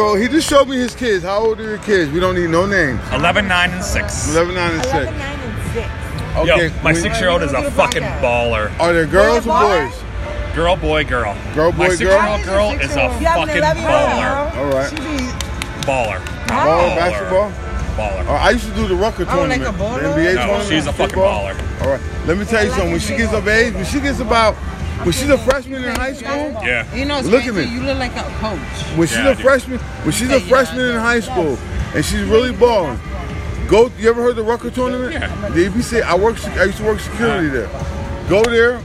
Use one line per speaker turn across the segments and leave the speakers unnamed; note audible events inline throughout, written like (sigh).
So he just showed me his kids. How old are your kids? We don't need no names.
11, 9, and 6.
11, 9, and 6.
11, 9, and 6.
Okay.
Yo, my
we-
six year old is a fucking baller.
Are there girls or
Why?
boys?
Girl, boy, girl.
Girl, boy,
my six year
girl?
old girl is a
You have an
Oh, fucking
11 year old
baller.
girl?
All right.
She be,
Baller.
Wow.
Ball,
Baller.
Oh, basketball?
Baller.
Oh, I used to do the Rucker
Oh, like
tournament.
a baller?
the NBA
No,
tournament.
she's a fucking
football.
baller.
All right. Let me tell you something. When she gets of age, when she gets about, when she's a freshman in high school,
Yeah.
You know, it's
Look at
crazy.
me.
You look like a coach.
when she's
Yeah, I
a
do.
freshman, when she's a
Yeah,
freshman in high school, and she's really balling. Go. You ever heard the Rucker tournament?
Yeah. Uh-huh.
The EPC. I work. I used to work security there. Go there.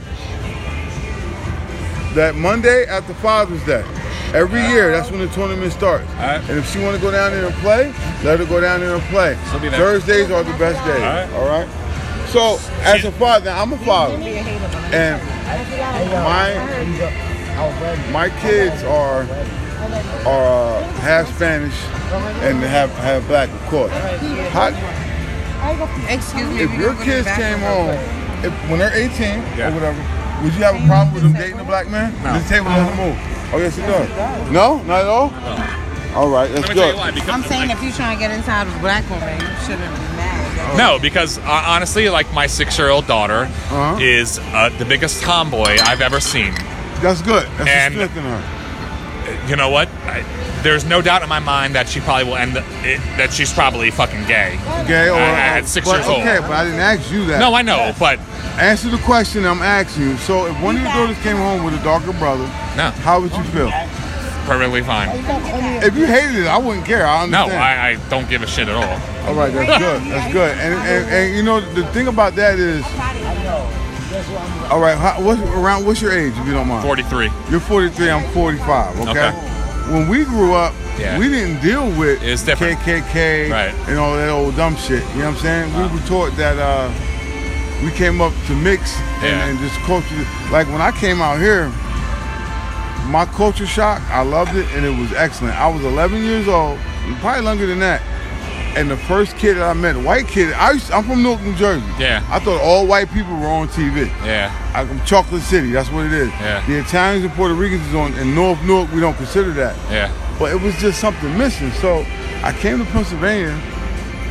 That Monday after Father's Day. Every year, that's when the tournament starts.
Alright.
And if she want to go down there and play, let her go down there and play.
She'll be there.
Thursdays are the best days.
Alright.
All right. So as a father, I'm a father, and my my kids are are uh, half Spanish and have have black, of course. How,
Excuse me.
if
we
your
gotta go to the
kids came
bathroom.
home, if, when they're 18
Yeah.
or whatever, would you have a problem with them dating a black man?
No.
This table doesn't move. Oh yes, it does. No, not at all. All right, let's
Let me
go.
tell you why. Because
I'm saying
like,
if you trying to get inside of a black woman, you shouldn't be mad.
No, because uh, honestly, like my six-year-old daughter
Uh-huh.
is uh, the biggest tomboy I've ever seen.
That's good. That's
And-
and, strength in her.
You know what? I, there's no doubt in my mind that she probably will end the, it, that she's probably fucking gay.
Gay or
I- I- at six
but,
years old.
Okay, but I didn't ask you that.
No, I know, but
Answer the question I'm asking you. So, if one of your daughters came home with a darker brother,
No.
how would you feel?
perfectly fine.
If you hated it, I wouldn't care. I
No,
understand.
I, I don't give a shit at all.
All right, that's good. That's good. And, and, and you know the thing about that is, all right, how, what's around? What's your age, if you don't mind?
Forty-three.
You're 43. I'm 45. Okay.
Okay.
When we grew up,
Yeah.
we didn't deal with
It's different.
KKK
Right.
and all that old dumb shit. You know what I'm saying? We were taught that uh, we came up to mix and,
Yeah.
and just culture. Like when I came out here, my culture shock. I loved it and it was excellent. I was 11 years old, and probably longer than that. And the first kid that I met, white kid. I used, I'm from Newark, New Jersey.
Yeah.
I thought all white people were on TV.
Yeah.
I'm from Chocolate City. That's what it is.
Yeah.
The Italians and Puerto Ricans is on in North Newark. We don't consider that,
Yeah.
but it was just something missing. So I came to Pennsylvania.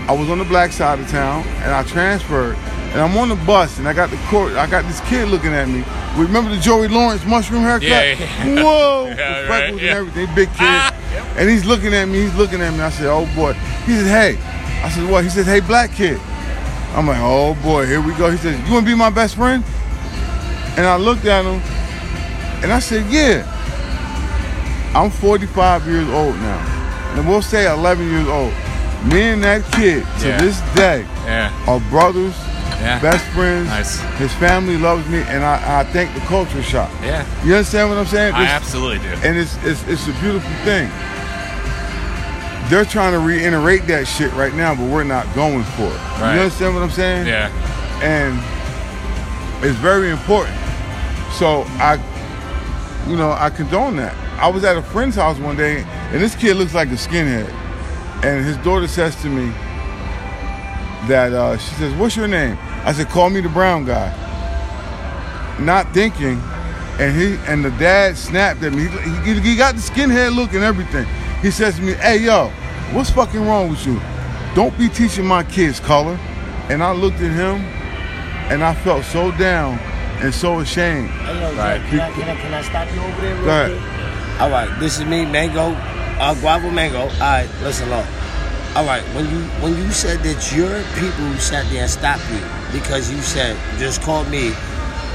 I was on the black side of town, and I transferred. And I'm on the bus, and I got the court. I got this kid looking at me. Remember the Joey Lawrence mushroom haircut?
Yeah, yeah. (laughs)
Whoa!
Yeah,
With
right,
freckles
yeah.
and everything. Big kid.
Ah, yep.
And he's looking at me. He's looking at me. I said, "Oh boy." He said, "Hey." I said, "What?" He said, "Hey, black kid." I'm like, oh boy, here we go. He said, You wanna be my best friend? And I looked at him and I said, Yeah. I'm 45 years old now. And we'll say 11 years old. Me and that kid to
Yeah.
this day
Yeah.
are
(laughs)
brothers,
Yeah.
best friends.
Nice.
His family loves me and I, I thank the culture shock.
Yeah.
You understand what I'm saying?
I
This-
absolutely do.
and it's, it's it's a beautiful thing. They're trying to reiterate that shit right now, but we're not going for it.
Right.
You understand what I'm saying?
Yeah.
and it's very important. So I, you know, I condone that. I was at a friend's house one day, and this kid looks like a skinhead, and his daughter says to me that uh, she says, "What's your name?" I said, "Call me the brown guy." Not thinking, and he and the dad snapped at me. He, he, he got the skinhead look and everything. He says to me, "Hey yo, what's fucking wrong with you? Don't be teaching my kids color." And I looked at him and I felt so down and so ashamed.
Hello,
Right.
can, I, can, I, can I stop you over there real
Go ahead.
quick? All right, this is me, Mango, uh, Guava Mango. All right, listen up. All right, when you when you said that your people sat there and stopped you because you said just call me.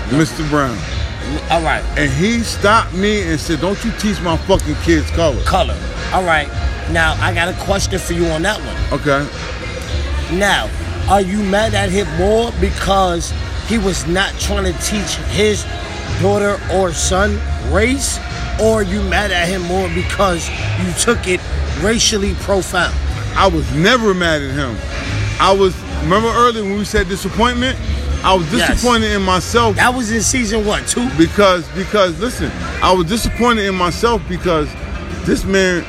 Mr. Brown.
All right,
And he stopped me and said, Don't you teach my fucking kids color.
color. All right, now I got a question for you on that one.
Okay.
Now, are you mad at him more because he was not trying to teach his daughter or son race, or you mad at him more because you took it racially profound?
I was never mad at him. I was, remember earlier when we said disappointment? I was
Yes.
disappointed in myself
That was in season what, two?
because, because, listen, I was disappointed in myself because this man,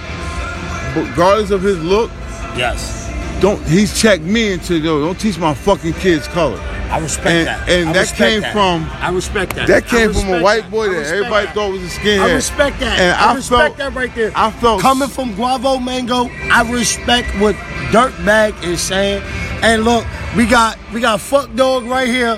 regardless of his look,
Yes.
don't, he's checked me into, yo, don't teach my fucking kids color.
I respect
And-
that.
and
I
that
respect
came
that.
from-
I respect that.
That
I
came from a
respect
white boy
I
that
respect
everybody
that.
thought was a skinhead.
I respect that.
And I, felt
respect that right there.
I felt
coming from Guavo Mango. I respect what Dirtbag is saying. And look, we got we got Fuck Dog right here.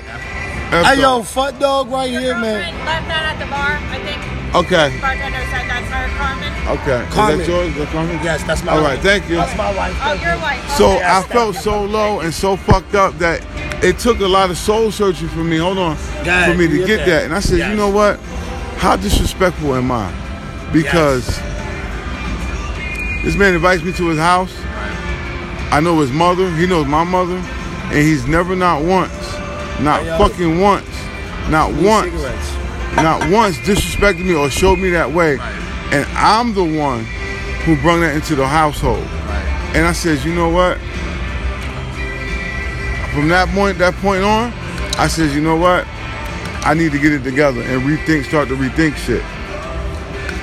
That's
Hey yo,
all.
Fuck Dog right here, man.
Left that at the bar, I think.
Okay.
Bartender said that's her, Carmen.
Okay.
Carmen.
Is that yours? Is that Carmen?
Yes, that's my.
All
wife.
right, thank you.
That's my wife.
Oh, your wife.
So
Okay.
I felt so low and so fucked up that it took a lot of soul searching for me. Hold on,
God,
for me
you
to
get
get
that.
that. And I said,
Yes.
you know what? How disrespectful am I? Because this man invites me to his house. I know his mother. He knows my mother, and he's never not once, not
Hey, yo.
fucking once, not once
Cigarettes.
not once disrespected me or showed me that way. And I'm the one who brought that into the household. And I says, you know what? From that point, that point on, I says, you know what? I need to get it together and rethink, start to rethink shit.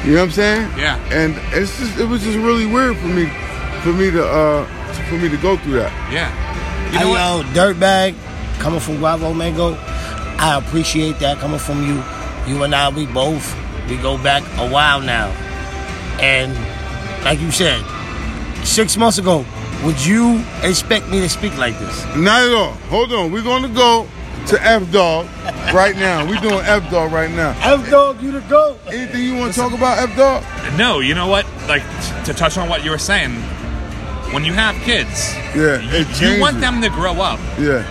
You know what I'm saying?
Yeah.
And it's just, it was just really weird for me, for me to, uh, for me to go through that.
Yeah. You
Hey,
know what?
yo, Dirtbag, coming from Guavo Mango, I appreciate that coming from you. You and I, we both, we go back a while now. And like you said, six months ago, would you expect me to speak like this?
Not at all. Hold on, we're gonna go to F Dog right now. We're doing F Dog right now.
F Dog, you the GOAT.
Anything you want to talk about, F Dog?
No, you know what? Like t- to touch on what you were saying, when you have kids,
Yeah,
you-
it
you want
changes.
them to grow up
Yeah,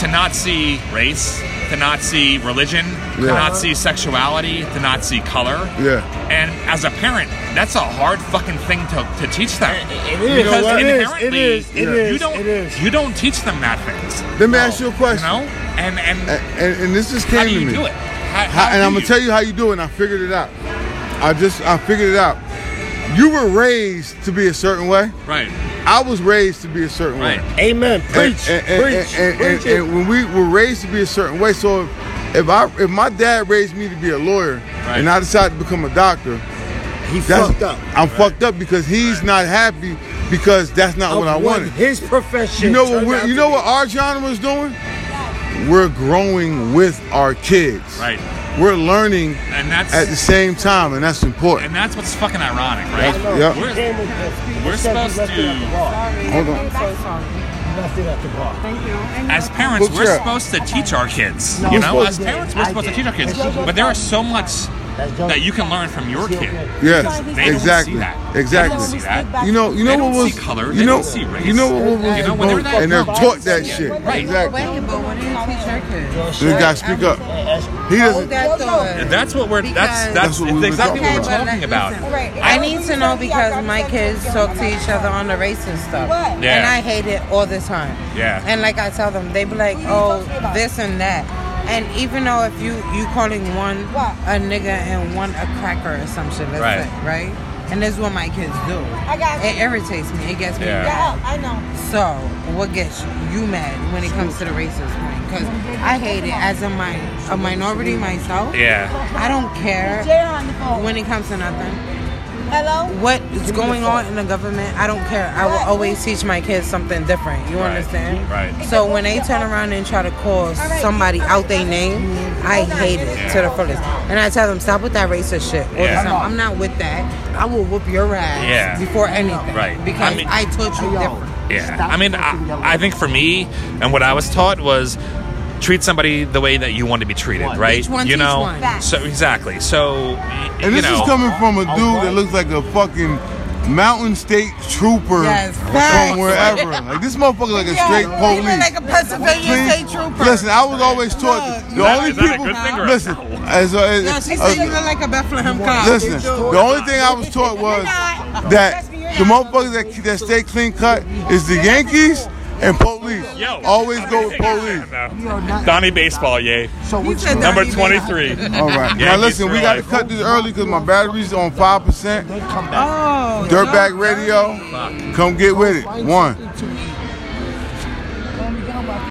to not see race, to not see religion, to
Yeah.
not see sexuality, to not see color.
yeah.
And as a parent, that's a hard fucking thing to, to teach them.
It is.
You know
Because
what? It is,
inherently,
it
you don't you don't teach them that things.
Let me ask you a
You
question.
know? And and
A- And, and this just came
how do
to
you
Uh, me.
do it? How,
How-
how
and
do
I'm gonna tell you how you do it. And I figured it out. I just I figured it out. You were raised to be a certain way.
Right,
I was raised to be a certain
right.
way.
Amen.
And-
Preach.
and-
preach.
and- and-
preach
and- and when we were raised to be a certain way, so if, if I if my dad raised me to be a lawyer
Right.
and I decided to become a doctor,
it. He
that's
fucked up.
I'm fucked up because he's not happy because that's not what I
Of
wanted.
His profession.
You know what?
turned
We're,
out
you
to
know
be-
what our genre is doing? We're growing with our kids.
Right.
We're learning
And that's
at the same time, and that's important.
and that's what's fucking ironic, right?
That's- Yep.
We're-
Came with this.
we're
You said you
supposed
left it at
to-
the bar.
Hold on.
So sorry.
You left it at the bar.
Thank you. And
as
you're
parents,
Book
we're
trap.
supposed to teach our kids.
No,
you
we're
know,
supposed
as
to.
parents, we're
I
supposed to
did.
teach our kids.
That's your
But there is so much
That's your-
that you can learn from your
That's your
kid.
kid.
Yes,
They don't
exactly,
see that. They don't see
exactly.
that.
You know, you know
They don't
what was
see color.
you
They
know,
don't see race.
You know what was
You know, when they're that
and they're
young,
taught
they don't
that
see
shit.
it. Right.
Exactly.
Wait, but when you teach your kids,
This guy speak up. He
hold
doesn't.
that thought.
That's what we're. That's
Because-
that's,
That's what we were
exactly what
talking
we're
but
talking about.
listen, I need to know because my kids talk to each other on the race and stuff.
Yeah.
And I hate it all the time.
Yeah.
And like I tell them, they be like, oh, this and that. And even though if you you calling one a nigga and one a cracker or some shit, let's
Right.
say, right? And this is what my kids do.
I got
It irritates me. It gets me
Yeah.
mad.
I know.
So, what gets you mad when it comes to the racist thing? Because I hate it as a, min- a minority myself.
Yeah.
I don't care
Jada on the phone.
when it comes to nothing.
Hello?
What is going on in the government, I don't care. I will always teach my kids something different. You
Right.
understand?
Right.
So, when they turn around and try to call somebody out their name, I hate it to the fullest. And I tell them, stop with that racist shit. all the
Yeah.
time. I'm not with that. I will whoop your ass
Yeah.
before anything.
Right.
Because
I mean-
I taught you different.
Yeah. I mean, I, I think for me, and what I was taught was treat somebody the way that you want to be treated, right?
Each one
you
teach
know.
one.
So exactly. So y-
And
you
this
know.
is coming from a dude that looks like a fucking Mountain State Trooper
Yes, facts.
from wherever. Like this motherfucker like a
Yeah,
straight
he
police.
look like a Pennsylvania State
Please.
Trooper.
Listen, I was always taught
Look,
the
look.
only
Is that a
people.
good thing or a
listen,
no?
as, a- as,
No, she
as-
said you look like a Bethlehem cop.
listen. The only thing I was taught was that the motherfuckers that that stay clean cut is the Yankees and police.
Yo,
always go
(laughs)
with police.
Donnie baseball, yay.
He said that
Number
he made
twenty
it.
three.
All right. Now
Yankees
listen, we
for
got to
life.
cut this early because my battery's on five percent.
Oh,
Dirtbag
Dirtbag.
Radio, come get with it. One,